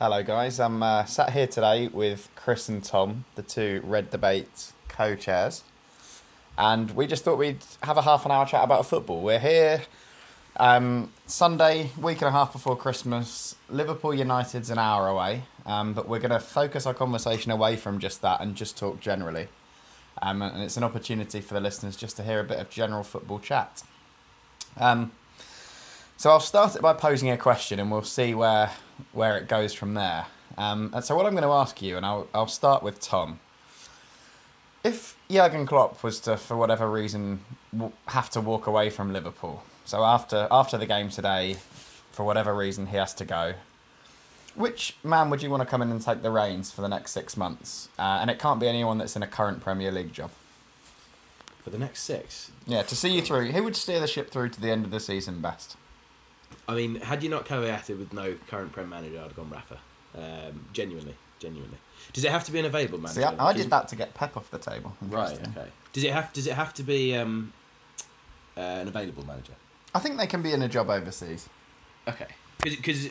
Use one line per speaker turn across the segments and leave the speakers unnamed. Hello, guys. I'm uh, sat here today with Chris and Tom, the two Red Debate co chairs. And we just thought we'd have a half an hour chat about football. We're here um, Sunday, week and a half before Christmas. Liverpool United's an hour away, um, but we're going to focus our conversation away from just that and just talk generally. Um, and it's an opportunity for the listeners just to hear a bit of general football chat. Um, so I'll start it by posing a question, and we'll see where where it goes from there. Um, and so what I'm going to ask you, and I'll I'll start with Tom. If Jurgen Klopp was to, for whatever reason, w- have to walk away from Liverpool, so after after the game today, for whatever reason he has to go, which man would you want to come in and take the reins for the next six months? Uh, and it can't be anyone that's in a current Premier League job.
For the next six,
Yeah, to see you through. Who would steer the ship through to the end of the season best?
I mean, had you not caveated with no current Prem manager, I'd have gone Rafa. Um, genuinely, genuinely. Does it have to be an available manager?
See, I, I
Does-
did that to get Pep off the table.
Right.
Interesting.
Okay. Does it have? Does it have to be um, uh, an available manager?
I think they can be in a job overseas.
Okay. Because,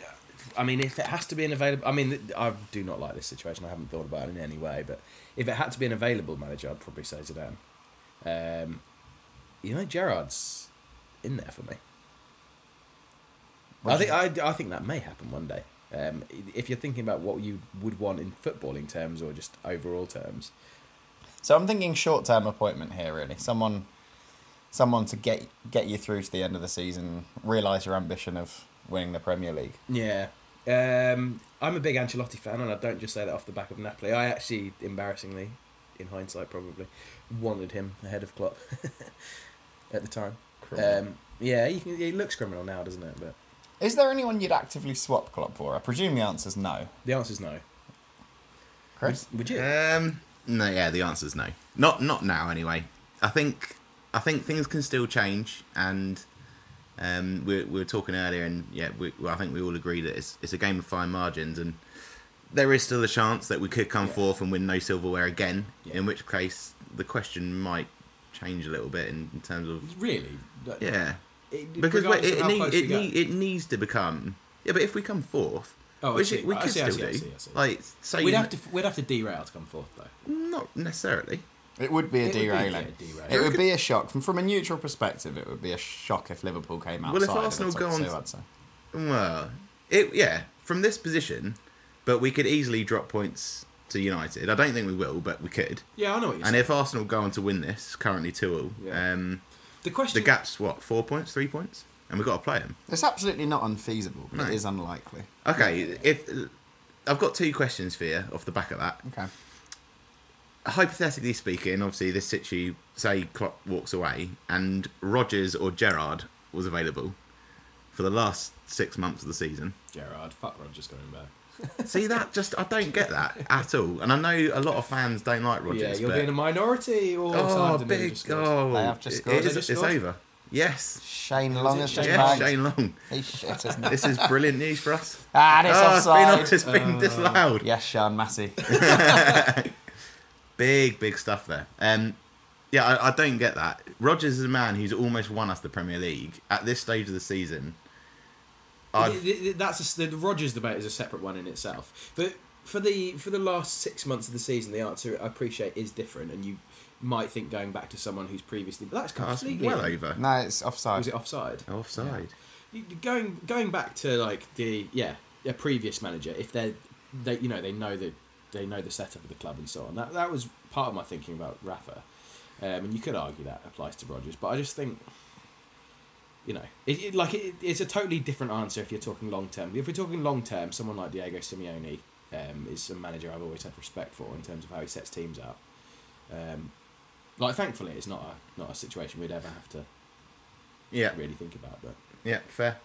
I mean, if it has to be an available, I mean, I do not like this situation. I haven't thought about it in any way, but if it had to be an available manager, I'd probably say Zidane. Um, you know, Gerard's in there for me.
What
I
do
think I, I think that may happen one day. Um, if you're thinking about what you would want in footballing terms or just overall terms,
So I'm thinking short term appointment here, really. Someone, someone to get get you through to the end of the season, realise your ambition of winning the Premier League.
Yeah. Um, I'm a big Ancelotti fan, and I don't just say that off the back of Napoli. I actually, embarrassingly, in hindsight probably, wanted him ahead of Klopp at the time. Um, yeah, he, he looks criminal now, doesn't it? But
Is there anyone you'd actively swap Klopp for? I presume the answer's no.
the answer's no.
Chris,
Would, would you?
Um, no, yeah, the answer's no. Not not now anyway. I think I think things can still change, and um, we, we were talking earlier, and yeah, we, well, I think we all agree that it's it's a game of fine margins, and there is still a chance that we could come
Yeah.
forth and win no silverware again.
Yeah.
In which case, the question might change a little bit in, in terms of
really?
yeah,
It-
because wait,
regardless of
it, it,
how
need,
close
it,
we go.
need, it needs to become yeah. But if we come fourth,
Oh, I
which
see.
we
I
could
see, I
still
see, I
do,
see, I see.
like say
we'd have to we'd have to derail to come fourth though.
not necessarily.
it would be a
It would be a
derailing.
derailing.
It would be a shock from from a neutral perspective. It would be a shock if Liverpool came outside.
Well, if
of the
Arsenal
top
go on-
two, I'd say.
Well, it yeah, from this position, but we could easily drop points to United. I don't think we will, but we could.
Yeah, I know what you're
And
saying.
if Arsenal go on to win this, currently two all,
Yeah.
um,
the question
the gap's what four points, three points, and we've got to play them.
It's absolutely not unfeasible, but
No.
it is unlikely.
Okay, if I've got two questions for you off the back of that.
Okay.
Hypothetically speaking, obviously this situ say Klopp walks away and Rogers or Gerrard was available for the last six months of the season.
Gerard, fuck Rogers coming back.
See that? Just I don't get that at all. And I know a lot of fans don't like Rogers.
yeah, you're
but...
being a minority or
oh,
something.
big goal!
They have just
It-
scored.
It
They
is,
just
it's
scored?
over. Yes.
Shane Long
it
has just
Shane
Yeah,
Long?
bagged.
Shane Long.
He's shit, isn't he?
This is brilliant news for us.
Ah, and it's
Oh, it's been,
offside.
it's been
Uh,
disallowed.
Yes, Sean Massey.
Big, big stuff there. Um, yeah, I, I don't get that. Rogers is a man who's almost won us the Premier League at this stage of the season. I'd,
Th- th- That's a s the Rogers debate is a separate one in itself. But for the for the last six months of the season, the answer I appreciate is different, and you might think going back to someone who's previously but that's
that's
completely
well over.
No, it's offside.
Was it offside?
Offside.
You- you- Going going back to like the yeah a previous manager, if they're they you know they know the they know the setup of the club and so on. That that was part of my thinking about Rafa, um, and you could argue that applies to Rogers, but I just think you know, it, it, like it, it's a totally different answer if you're talking long term. If we're talking long term, someone like Diego Simeone um, is a manager I've always had respect for in terms of how he sets teams out. Um, like, thankfully, it's not a not a situation we'd ever have to
Yeah.
really think about. But
Yeah, fair.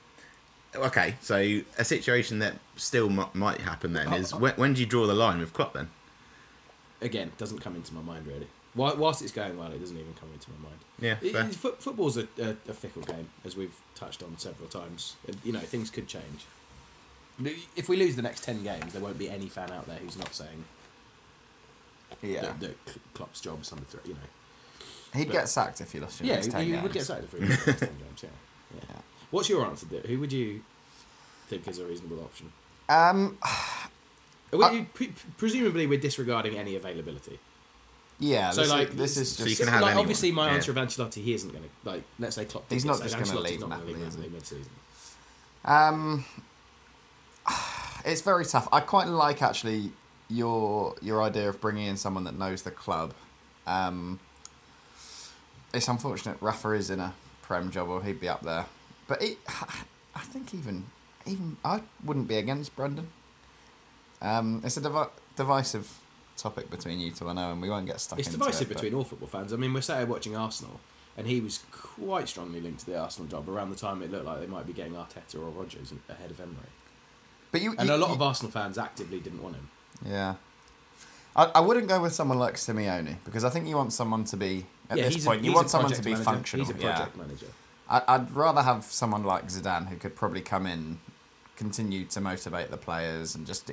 Okay, so a situation that still m- might happen
Uh,
then is when, when do you draw the line with Klopp then?
again, doesn't come into my mind really. Whi- Whilst it's going well, it doesn't even come into my mind.
Yeah,
It-
fair.
it's- foot- football's a, a, a fickle game, as we've touched on several times. And, You know, things could change. If we lose the next ten games, there won't be any fan out there who's not saying
yeah.
that, that Klopp's job is under threat. You know,
He'd get sacked if he lost your
yeah,
next
you,
10
you
games.
would get sacked if we lose the next ten games. Yeah. yeah. What's your answer? Dick? Who would you think is a reasonable option?
Um,
We- you- pre- presumably, we're disregarding any availability.
Yeah,
So,
this,
like,
is, this is
so
just.
you can have
like,
anyone,
obviously, my
yeah.
answer of Ancelotti, he isn't going to like. Let's say Klopp.
He's
did
not
say
just gonna
Ancelotti's
leave
not gonna
Napoli, is he?
mid-season.
Um, it's very tough. I quite like actually your your idea of bringing in someone that knows the club. Um, it's unfortunate Rafa is in a prem job, or he'd be up there. But it, I think even even I wouldn't be against Brendan. Um, it's a divi- divisive topic between you two, I know, and we won't get stuck.
It's
into
divisive
it, but-
between all football fans. I mean, we're sat here watching Arsenal, and he was quite strongly linked to the Arsenal job around the time it looked like they might be getting Arteta or Rodgers ahead of Emery.
But you,
And
you-
a lot
you-
of Arsenal fans actively didn't want him.
Yeah. I, I wouldn't go with someone like Simeone because I think you want someone to be at
yeah,
this
he's
point
a,
you
he's
want
a
someone to
project
be
manager.
functional.
He's a
yeah.
project manager.
I, I'd rather have someone like Zidane who could probably come in, continue to motivate the players, and just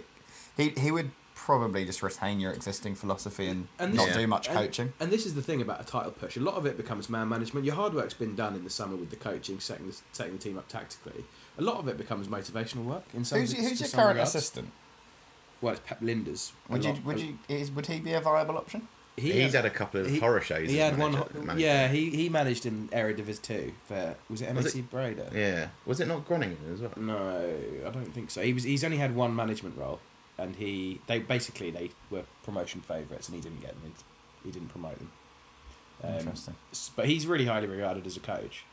he he would probably just retain your existing philosophy and,
And
not
this-
do much
and-
coaching.
And this is the thing about a title push. A lot of it becomes man management. Your hard work's been done in the summer with the coaching, setting the, setting the team up tactically. A lot of it becomes motivational work. In some
Who's, who's
in
your
some
current
regards.
assistant?
Well, it's Pep Linders. A
Would you
lot-
would you is, would he be a viable option?
He
he's
had-
had a couple of
he-
horror shows.
He
as
had one.
manager-
ho-
manager.
Yeah, he, he managed in Eredivisie too. For was it
Was
MSC Breda?
yeah. Was it not Groningen as well?
No, I don't think so. He was. He's only had one management role, and he they basically they were promotion favourites, and he didn't get them. He, he didn't promote them. Um,
Interesting.
s- but he's really highly regarded as a coach.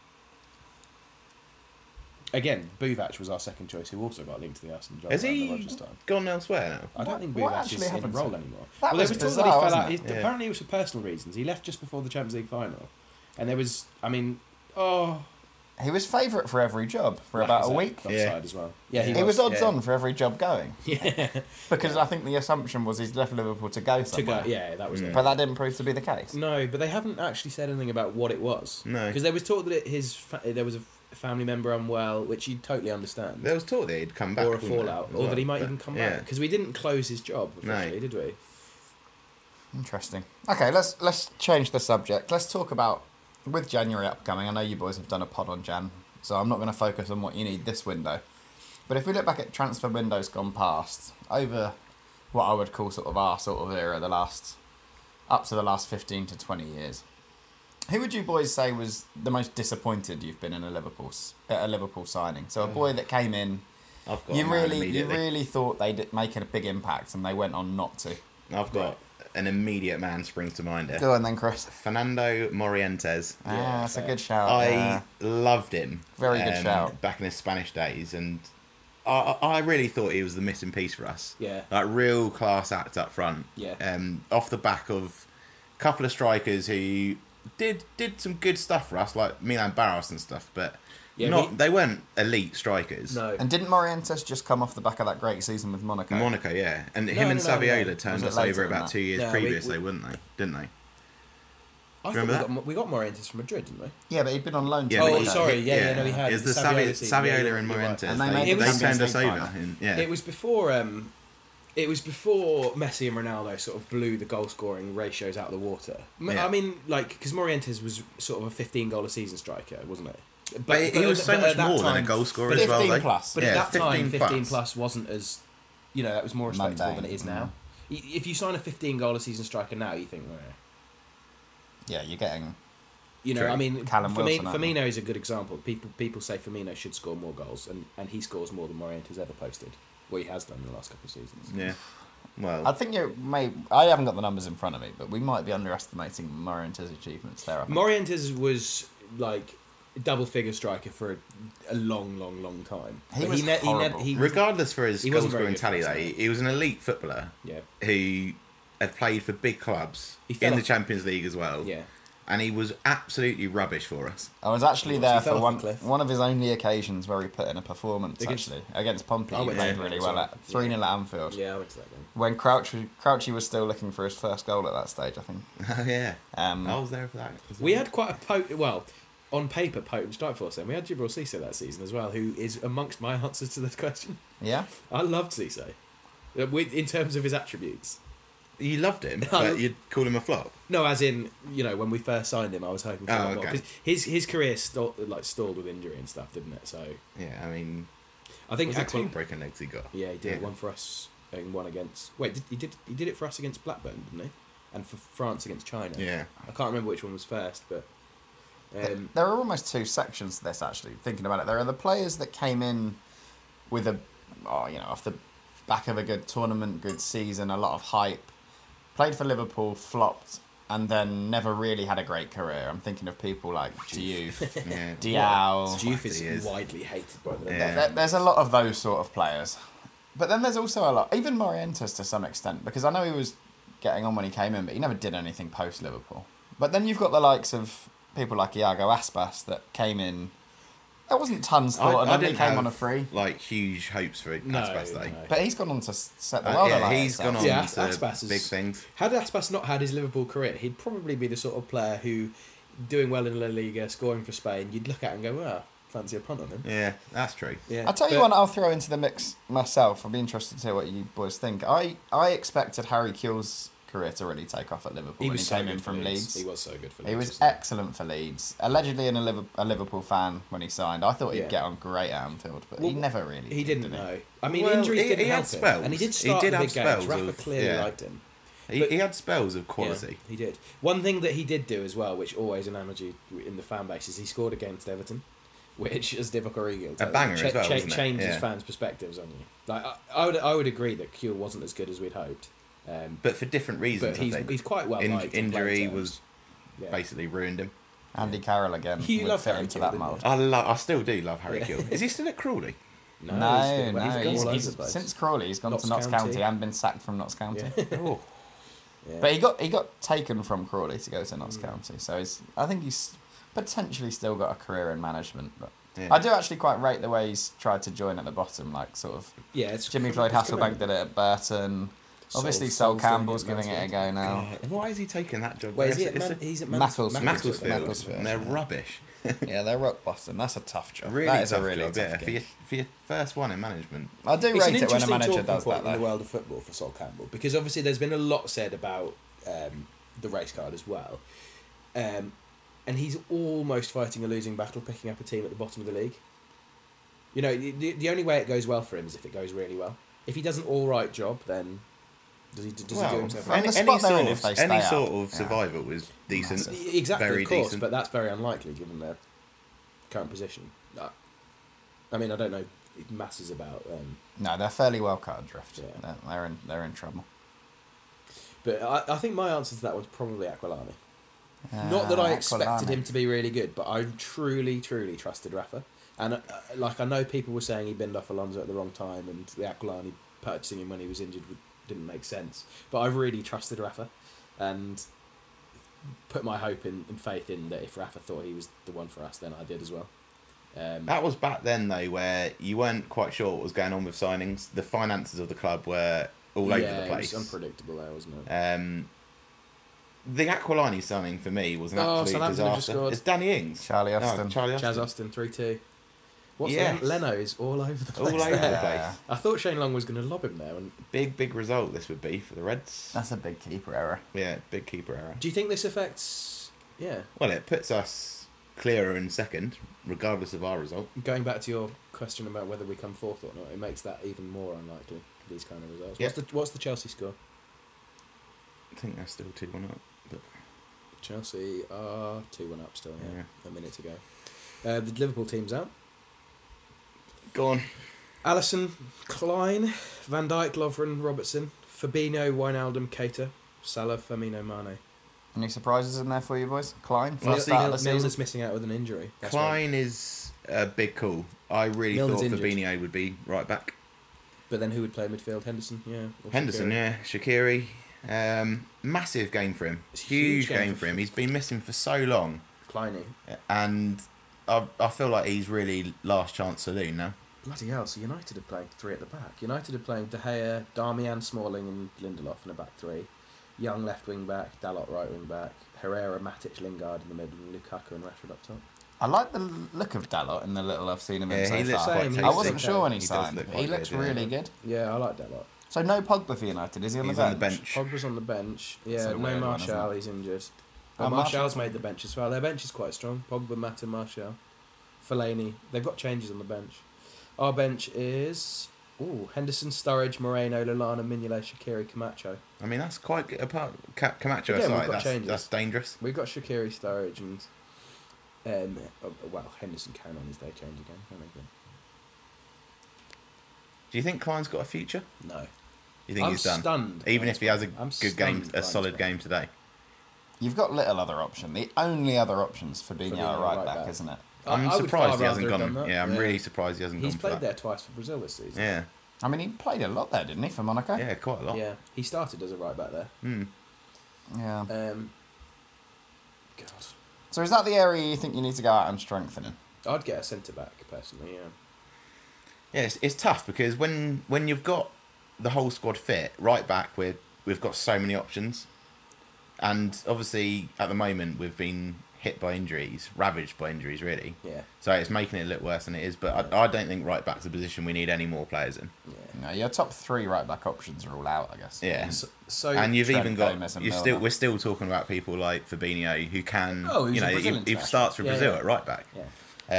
Again, Buvac was our second choice, who also got linked to the Arsenal job.
Has
around the
he
Rodgers time.
Gone elsewhere now?
I don't
What-
think
what
Buvac
actually
is in a
happened to
role
him?
anymore.
That
well, there
was
was talk that he
bizarre,
fell
wasn't
out.
it?
He-
Yeah.
Apparently, it was for personal reasons. He left just before the Champions League final, and there was. I mean, oh,
He was favourite for every job for about a
Lacazette
week.
got
Yeah.
signed as well. Yeah, he
He was odds
yeah.
on for every job going
Yeah,
because I think the assumption was he's left Liverpool to go
to
somewhere.
go. Yeah, that was
Mm.
it.
But that didn't prove to be the case.
No, but they haven't actually said anything about what it was.
No.
because there was talk that it, his fa- there was a family member unwell, which you totally understand,
There was talk that he'd come back.
or a
wasn't there,
fallout,
as
or
well,
that he might
but-
even come
yeah.
back. Because we didn't close his job
No.
officially, did we?
Interesting. Okay, let's let's change the subject. Let's talk about with January upcoming. I know you boys have done a pod on Jan, so I'm not going to focus on what you need this window. But if we look back at transfer windows gone past over what I would call sort of our sort of era, the last up to the last 15 to 20 years, who would you boys say was the most disappointed you've been in a Liverpool s- at a Liverpool signing? So a boy that came in,
I've got
you
a man
really you
immediately.
really thought they'd make a big impact, and they went on not to.
I've got an immediate man springs to mind here.
Go on then, Chris.
Fernando Morientes.
Ah,
Yeah,
that's a
fair.
good shout.
I
yeah.
loved him. um,
Very good shout.
Back in his Spanish days, and I, I I really thought he was the missing piece for us.
Yeah.
like real class act up front.
Yeah.
um, off the back of a couple of strikers who did did some good stuff for us, like Milan Barros and stuff, but
Yeah,
not
we-
they weren't elite strikers.
And didn't Morientes just come off the back of that great season with Monaco?
Monaco, yeah, and
no,
him and
no, no.
Saviola
Was
turned
it
us
later
over
than
about
that?
two years
No, we-
previous,
we-
though, wouldn't they? Didn't they?
I
Remember
thought
that?
we got, we got Morientes from Madrid, didn't we?
Yeah, but he'd been on loan. to
Oh,
but
Monaco.
he-
sorry, yeah, yeah, no, he had
It was the
Saviola
Saviola,
season, yeah,
Saviola
you're-
and
you're right.
Morientes.
And they made
they,
the
they
Champions
turned us
League
over.
final.
in- yeah,
It was before. Um, it was before Messi and Ronaldo sort of blew the goal scoring ratios out of the water. M-
Yeah.
I mean, like because Morientes was sort of a fifteen goal a season striker, wasn't it? But,
But, he
but-
was so
but
much
at that
more than
time,
a goal scorer as
15
well. though.
plus.
But
Yeah,
at that time,
15
15
plus.
plus. wasn't as, you know, that was more respectable than it is
Mundane,
now. I- If you sign a 15 goal a season striker now, you think, well,
Yeah, you're getting.
you know,
True.
I mean,
Callum
Firmi-
Wilson, aren't they?
Firmino is a good example. People people say Firmino should score more goals, and, and he scores more than Morientes has ever posted. Well, he has done in the last couple of seasons.
Yeah.
I
Well,
think you may. I haven't got the numbers in front of me, but we might be underestimating Morientes' achievements there. I think.
Morientes was like a double figure striker for a, a long, long, long time.
He
But
was
ne- ne-
horrible.
he was-
regardless for his
he
goal
wasn't very
scoring
good for
tally,
us,
though,
no.
he was an elite footballer
yeah,
who had played for big clubs
He fell
in the
off-
Champions League as well.
yeah.
And he was absolutely rubbish for us.
I was actually
He
there
fell
for
off
one
the cliff.
one of his only occasions where he put in a performance
Against-
actually against Pompey.
I
He
went
played
to-
really
yeah,
well
sorry.
at three 0 at Anfield.
Yeah, I went to that game.
When Crouch was- Crouchy was still looking for his first goal at that stage, I think.
Oh, yeah.
Um,
I was there for that. as
We
well.
had quite a potent, well, on paper, potent strike force then. We had Gibral Cisse that season as well, who is amongst my answers to this question.
Yeah.
I loved Cisse. Uh, With, in terms of his attributes.
You loved him,
I-
but you'd call him a flop.
No, as in, you know, when we first signed him, I was hoping for
Oh,
a lot more.
okay.
'Cause His, his career stall, like stalled with injury and stuff, didn't it? So
Yeah, I mean,
I think
was it
actually.
two broken legs he got?
Yeah, he did
Yeah.
one for us. and one against. Wait, did, he did he did it for us against Blackburn, didn't he? And for France against China.
Yeah.
I can't remember which one was first, but um,
There are almost two sections to this, actually, thinking about it. There are the players that came in with a, oh, you know, off the back of a good tournament, good season, a lot of hype, played for Liverpool, flopped, and then never really had a great career. I'm thinking of people like Diouf,
Yeah.
Diao.
Diouf is,
he is.
widely hated by the
Yeah.
There- there's a lot of those sort of players. But then there's also a lot, even Morientes to some extent, because I know he was getting on when he came in, but he never did anything post Liverpool. But then you've got the likes of people like Iago Aspas that came in. There wasn't tons thought, and then he came
have,
on a free.
Like huge hopes for
No,
Aspas though.
no.
But he's gone on to s- set the
Uh,
world
yeah,
alight.
he's
so-
gone on
Yeah,
to
Aspas is-
big things.
Had Aspas not had his Liverpool career, he'd probably be the sort of player who, doing well in La Liga, scoring for Spain, you'd look at and go, "Well, fancy a punt on him."
Yeah, that's true.
Yeah,
I'll tell you
but-
one I'll throw into the mix myself. I'd be interested to hear what you boys think. I, I expected Harry Kewell's career to really take off at Liverpool
He
when
was
he
so
came
good
in
for
from Leeds.
He was so good for Leeds.
He was
wasn't
excellent for Leeds. Allegedly, an, a Liver- a Liverpool fan when he signed. I thought he'd
Yeah.
get on great at Anfield, but
Well,
he never really.
He
did, did
didn't know. I mean,
Well,
injuries
he-
didn't
he had
help
spells.
him, and he did
He
start
did
the
have
big games.
spells
Rafa
of-
clearly
yeah.
liked him.
He,
But-
he had spells of
Yeah,
quality.
he did. One thing that he did do as well, which always enamoured you in the fan base, is he scored against Everton, which, as Divock Origi, will tell you,
banger as well, wasn't it?
changes
Yeah.
fans' perspectives on you. Like I, I would, I would agree that Q wasn't as good as we'd hoped, um,
But for different reasons,
but
I
he's
think.
he's quite well
In-
liked. in
injury
player terms.
was
Yeah.
basically ruined him.
Andy Carroll again
You
would
love
fit
Harry
into
Kewell,
that
didn't you?
mould.
I love, I still do love Harry
Yeah.
Gill. Is he still at Crawley?
No,
he's
no,
been- well, he's
he's,
gone all
he's-
over the place.
since Crawley, he's gone
Notts
to Notts County.
County.
and been sacked from Notts County.
Yeah.
Oh,
Yeah.
But he got he got taken from Crawley to go to
Mm.
Notts County, so he's I think he's potentially still got a career in management. But
yeah.
I do actually quite rate the way he's tried to join at the bottom, like sort of
yeah, it's
Jimmy
it's
Floyd Hasselbank
commendable.
did it at Burton.
Sol-
Obviously, Sol
Sol's doing it
Campbell's
at
giving it a
Mansfield.
go now.
God, why is he taking that job?
Wait, is he
It's
at Man-
a-
he's at
Macclesfield.
Macclesfield.
Macclesfield,
Macclesfield.
and they're rubbish.
Yeah, they're rock bottom. That's a tough job.
Really
that is
tough
a really
job,
tough
yeah, for
gig.
your, for your first one in management.
I do
it's an
rate it when a
interesting
manager
talking
does
point
that
in the
though.
world of football for Sol Campbell because obviously there's been a lot said about um, the race card as well, um, and he's almost fighting a losing battle, picking up a team at the bottom of the league. You know, the, the- the only way it goes well for him is if it goes really well. If he does an all right job, then does he does he do himself?
and
Right?
the
any,
spot
any
they're
sort
in
of,
if they stay
any sort
up.
of
Yeah.
survival was decent.
Massive.
E, Exactly,
very
of course,
decent.
but that's very unlikely given their current position. I- I mean, I don't know masses about um,
No, they're fairly well cut adrift.
Yeah.
They're, they're in they're in trouble.
But I, I think my answer to that one's probably Aquilani. Not that I
Uh,
expected
Aquilani.
him to be really good, but I truly, truly trusted Rafa. And uh, like I know people were saying he binned off Alonso at the wrong time, and the Aquilani purchasing him when he was injured w- didn't make sense. But I really trusted Rafa, and put my hope in, and faith in that if Rafa thought he was the one for us, then I did as well. Um,
That was back then though, where you weren't quite sure what was going on with signings. The finances of the club were all over
yeah,
the
it was
place.
unpredictable there, wasn't it?
Um, the Aquilani signing for me was an
Oh,
absolute
Southampton have just
disaster.
scored.
It's Danny Ings.
Charlie
Oh,
Austin.
Charlie
Chaz
Austin.
Austin three two. What's
Yes.
Len- Leno is all over the place.
All over
there.
the
Yeah.
place.
I thought Shane Long was going to lob him there. And
Big, big result this would be for the Reds.
That's a big keeper error.
yeah, big keeper error.
do you think this affects? Yeah,
Well, it puts us clearer in second, regardless of our result.
going back to your question about whether we come fourth or not, it makes that even more unlikely. These kind of results.
Yeah.
What's the What's the Chelsea score?
I think they're still 2 1 up. But
Chelsea are two one up still. Yeah,
Yeah.
a minute to go. Uh, the Liverpool team's out.
go on.
Allison, Klein, Van Dijk, Lovren, Robertson, Fabinho, Wijnaldum, Cater, Salah, Firmino, Mane.
Any surprises in there for you boys? Klein,
Well,
first start of the
Milner's
season.
missing out with an injury. That's why.
Klein is a big call. I really
Milner's
thought
injured.
Fabinho would be right back.
But then who would play midfield? Henderson, yeah. or
Henderson,
Shakiri.
yeah, Shakiri. Um, massive game for him.
It's a
huge game for him. He's been missing for so long,
Kleiny.
and I, I feel like he's really last chance saloon now.
Bloody hell, so United are playing three at the back. United are playing De Gea, Darmian, Smalling, and Lindelof in a back three. Young left wing back, Dalot right wing back, Herrera, Matic, Lingard in the middle, and Lukaku and Rashford up top.
I like the look of Dalot in the little I've seen of him
Yeah, he
so
looks
far.
quite
I
tasty.
wasn't sure when he,
He does
signed.
look
he
quite
looks
good, yeah.
really good.
Yeah, I like Dalot.
So no Pogba for United. Is he on
He's
the bench?
on the bench.
Pogba's on the bench. Yeah,
That's a
no
weird one, isn't
Martial,
it? Uh,
he's injured. Well,
And
Martial's made the bench as well. Their bench is quite strong. Pogba, Mata, Martial, Fellaini. They've got changes on the bench. Our bench is Ooh, Henderson, Sturridge, Moreno, Lallana, Mignolet, Shakiri, Camacho.
I mean, that's quite good. Apart Ca- Camacho
Again, we've
aside,
got
that's,
changes.
that's dangerous.
We've got Shakiri, Sturridge, and um, oh, well, Henderson can on his day change again. can't he? But
Do you think Klein's got a future?
No,
You think
I'm
he's done?
stunned.
um, Even if he has a
I'm
good game,
stunned
a
Klein's
solid
back.
game today.
You've got little other option. The only other option's Fabinho,
Fabinho,
Fabinho right,
right
back,
back.
isn't it?
I- I
I'm
would
surprised
far
he hasn't
rather have
gone.
done that,
Yeah, I'm
yeah.
really surprised he hasn't
He's
gone
played
for
there
that.
twice for Brazil this season.
Yeah,
I mean, he played a lot there, didn't he, for Monaco?
yeah, quite a lot.
Yeah, he started as a right back there.
Hmm.
Yeah.
Um, God,
So is that the area you think you need to go out and strengthen in?
I'd get a centre back personally. Yeah,
Yeah, it's, it's tough because when when you've got the whole squad fit, right back we we've got so many options, and obviously at the moment we've been hit by injuries, ravaged by injuries, really.
yeah,
So it's making it look worse than it is. But I, I don't think right back's a position we need any more players in.
yeah.
No, your top three right back options are all out, I guess.
Yeah.
So, so
and you've
Trent,
even got
Gomez and
you still
Milner.
we're still talking about people like Fabinho who can
Oh, he was
you
a Brazil
know he, he
international.
starts for
Yeah,
Brazil
yeah.
at right back.
yeah.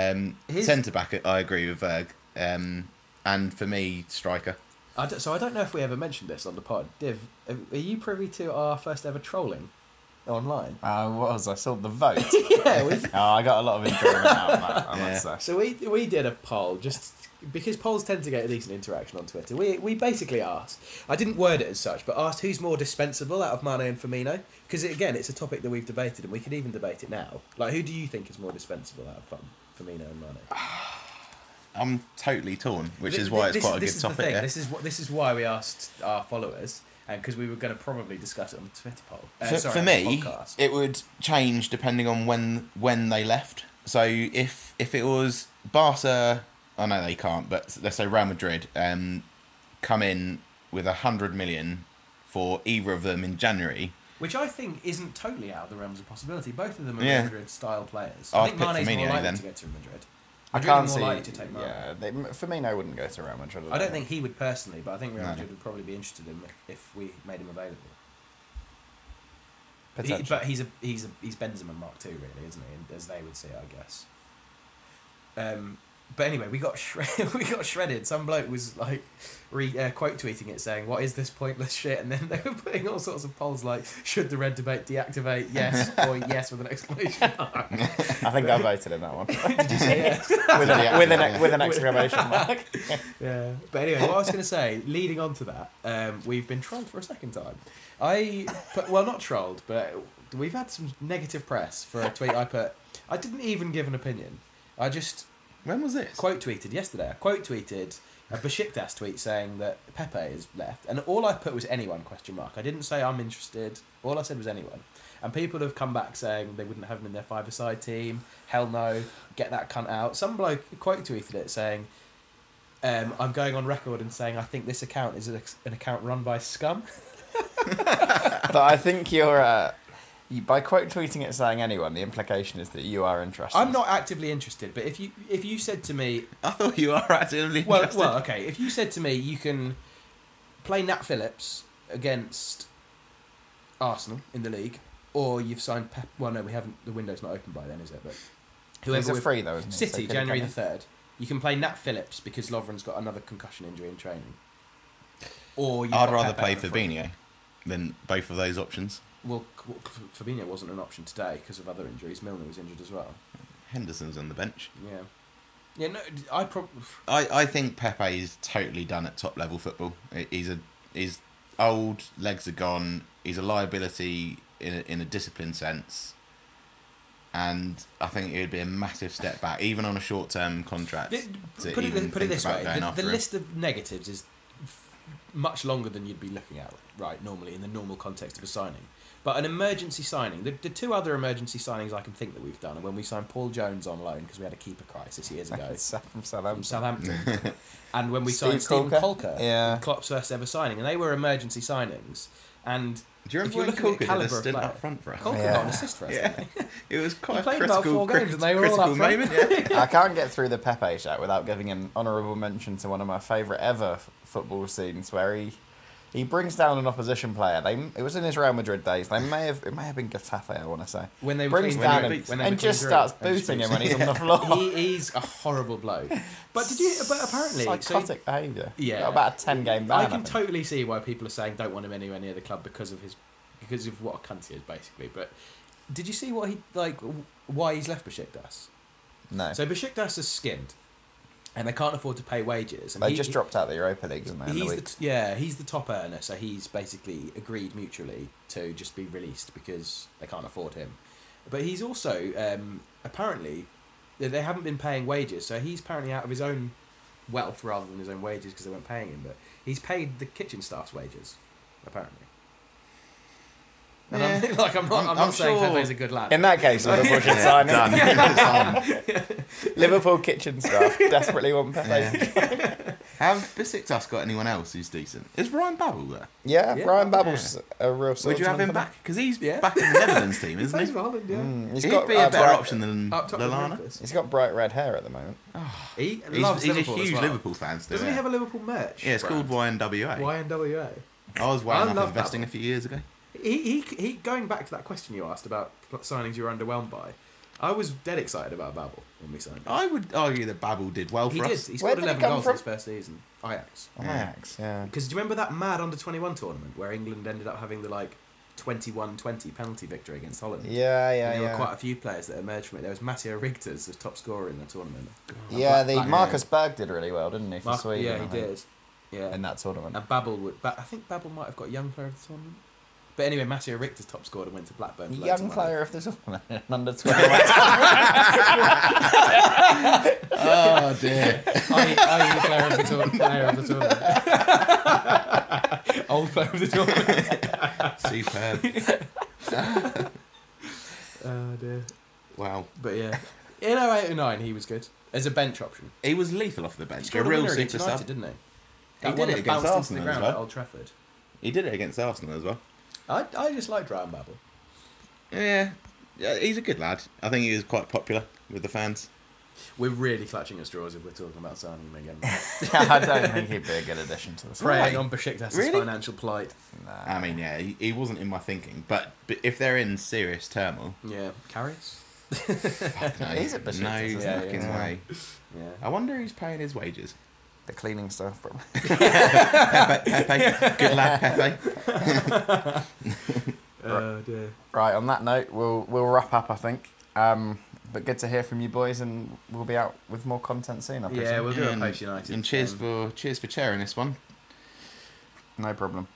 Um,
His-
centre back, I agree with Verg. Um, and for me, striker.
I don't, so I don't know if we ever mentioned this on the pod. Div, are are you privy to our first ever trolling online?
I Uh, was. I saw the vote.
yeah, we,
oh, I got a lot of enjoyment out of that, I
Yeah.
must say.
so we we did a poll just because polls tend to get a decent interaction on Twitter. We we basically asked. I didn't word it as such, but asked who's more dispensable out of Mane and Firmino because again, it's a topic that we've debated and we could even debate it now. Like, who do you think is more dispensable out of Fir- Firmino and Mane?
I'm totally torn, which
Th-
is why
th-
it's
this-
quite a
this
good
is
topic.
The thing.
yeah.
This is what this is why we asked our followers, and because we were going to probably discuss it on the Twitter poll. Uh,
for,
sorry,
for
on the
me,
podcast.
it would change depending on when when they left. So if if it was Barca, I know they can't, but let's say Real Madrid um, come in with a hundred million for either of them in January.
which I think isn't totally out of the realms of possibility. Both of them are
Yeah.
Real Madrid style players.
I'll
I think
pick
Mane's more
Firmino
likely
then.
to go to Madrid.
I
Madrid are
can't
more
see.
likely to take Mane.
yeah, they, Firmino wouldn't go to Real Madrid.
I don't think he would personally, but I think Real
No.
Madrid would probably be interested in him if, if we made him available. He-
Potentially.
but he's a he's a he's Benzema Mark too, really, isn't he? As they would say, I guess. Um, but anyway, we got shred- we got shredded. Some bloke was like re- uh, quote tweeting it, saying, "What is this pointless shit?" And then they were putting all sorts of polls like, "Should the red debate deactivate?" Yes, point yes with an exclamation mark.
I think I voted in that one with,
Did you say yes?
an, e- with, an, with an exclamation mark.
Yeah. But anyway, what I was going to say, leading on to that, um, we've been trolled for a second time. I, put, well, not trolled, but we've had some negative press for a tweet I put. I didn't even give an opinion. I just
When was this?
quote tweeted yesterday. I quote tweeted a Besiktas tweet saying that Pepe is left, and all I put was anyone question mark. I didn't say I'm interested. All I said was anyone, and people have come back saying they wouldn't have him in their five-a-side team. Hell no, get that cunt out. Some bloke quote tweeted it saying. Um, I'm going on record and saying I think this account is an an account run by scum.
But I think you're. Uh, you, by quote tweeting it saying anyone, the implication is that you are interested.
I'm not actively interested, but if you if you said to me
I thought you are actively
Well,
interested.
well, okay. If you said to me, you can play Nat Phillips against Arsenal in the league, or you've signed Pep. Well, no, we haven't. The window's not open by then, is it? But
He's a
we've-
free though, isn't he? So
City,
could he
January the
come
third. You can play Nat Phillips because Lovren's got another concussion injury in training. Or you've
I'd
got
rather
Pepe
play
at the front.
Fabinho than both of those options.
Well, c- well, F- Fabinho wasn't an option today because of other injuries. Milner was injured as well.
Henderson's on the bench.
Yeah. Yeah, no, I probably.
I, I think Pepe is totally done at top level football. He- He's a his old legs are gone. He's a liability in a, in a discipline sense, and I think it would be a massive step back, even on a short term contract.
Th-
to
put
even
it, put it
think
this
about
way:
going
the,
after
the
him.
list of negatives is f- much longer than you'd be looking at, right? Normally, in the normal context of a signing, but an emergency signing. The, the two other emergency signings I can think that we've done are when we signed Paul Jones on loan because we had a keeper crisis years
in?
ago
From Southampton.
from Southampton, and when we
Steve
signed Stephen
Kolker?
Colker,
Yeah.
Klopp's first ever signing, and they were emergency signings. And
Do you
if you're
remember
looking
when
at
Colker did
calibre
a
of
stint
player-
up front for us?
Colker
Yeah.
got an assist for us.
Yeah, it was quite
He
a
played
critical,
about four games
crit-
and they were all
critical
up front.
moment. Yeah.
I can't get through the Pepe chat without giving an honourable mention to one of my favourite ever f- football scenes where he He brings down an opposition player. They, it was in his Real Madrid days. They may have it may have been Getafe. I want to say
When they were
brings
clean-
down
when they
him
were- when they
and
were
just
clean
starts
through and
booting him
just
when he's on the floor.
He is a horrible bloke. But did you? But apparently, so-
psychotic behaviour.
Yeah.
Got about a ten game ban.
I can
think.
totally see why people are saying don't want him anywhere near the club because of his because of what a cunt he is basically. But did you see what he like? w- Why he's left Besiktas?
no,
So Besiktas is skimmed, and they can't afford to pay wages. And
they
he-
just dropped out the Europa League, didn't they? in the
He's the
week?
t- yeah, he's the top earner, so he's basically agreed mutually to just be released because they can't afford him. But he's also um, apparently they they haven't been paying wages, so he's apparently out of his own wealth rather than his own wages because they weren't paying him. But he's paid the kitchen staff's wages, apparently. And I'm, like I'm not, I'm, not
I'm- I'm
saying
sure-
Pepe's a good lad.
In that case, Liverpool should
Yeah,
sign
done.
him.
It's on.
Liverpool kitchen staff desperately want Pepe. Yeah,
Yeah. Have Besiktas got anyone else who's decent? Is Ryan Babel there?
Yeah.
Brian Babble's a real. sort
Would
of
you have him
talent.
back? Because he's
Yeah.
back in the Netherlands team,
He
isn't
plays
he?
for Holland, yeah.
Mm, he's
He'd
got
be
uh,
a better
bright-
option than
Up top of
Lallana.
Memphis.
He's got bright red hair at the moment.
He
He's,
loves
he's a
Liverpool as
huge
well.
Liverpool fan still.
Doesn't
yeah.
he have a Liverpool merch?
yeah, it's
brand?
called YNWA.
YNWA.
I was
I
wound
love
up investing
Babel.
a few years ago.
He, he, he, going back to that question you asked about signings you were underwhelmed by, I was dead excited about Babel when we signed him.
I would argue that Babel did well Oh, for
he
us.
did. He
Where
scored
did he
11
come
goals
from?
in his first season. Ajax.
Oh,
Yeah.
Ajax, yeah.
Because do you remember that mad under 21 tournament where England ended up having the like 21 20 penalty victory against Holland?
Yeah,
And
yeah,
there
yeah.
were quite a few players that emerged from it. There was Matteo Rigters, the top scorer in the tournament.
yeah, the
Black-
Marcus Berg did really well, didn't he? For
Mark-
Sweden,
yeah,
I
he
think,
did. Yeah.
in that tournament.
And Babel would. Ba- I think Babel might have got young player of the tournament. But anyway, Matteo Richter's top scorer and went to Blackburn. for loads of
Young
money.
player of the tournament, an under twenty.
Oh dear.
I, I was the player of the tournament. Player of the tournament. Old player of the tournament.
Superb.
Oh dear.
Wow.
But yeah, in 08 and 09 he was good as a bench option.
He was lethal off the
He
bench. A
scored a
real
winner against
superstar.
United, didn't he?
He did
one
it
that
against
bounced into the
Arsenal as
ground
well.
at Old Trafford.
He did it against Arsenal as well.
I, I just liked Ryan Babel.
Yeah. yeah. He's a good lad. I think he was quite popular with the fans.
We're really clutching at straws if we're talking about signing him again.
I don't think he'd be a good addition to the squad.
Preying on Besiktas'
Really?
financial plight.
Nah.
I mean, yeah, he, he wasn't in my thinking, but, but if they're in serious turmoil,
Yeah, carries.
no,
He's at
no
Besiktas, isn't
fucking
he? Yeah, yeah.
way.
Yeah.
I wonder who's paying his wages.
The cleaning staff. Probably.
Pepe, Pepe, good lad, Pepe.
Oh dear.
Right. On that note, we'll we'll wrap up. I think. Um, but good to hear from you boys, and we'll be out with more content soon. I presume.
Yeah, we'll do a
And-
post United.
And cheers
um,
for cheers for chairing this one.
No problem.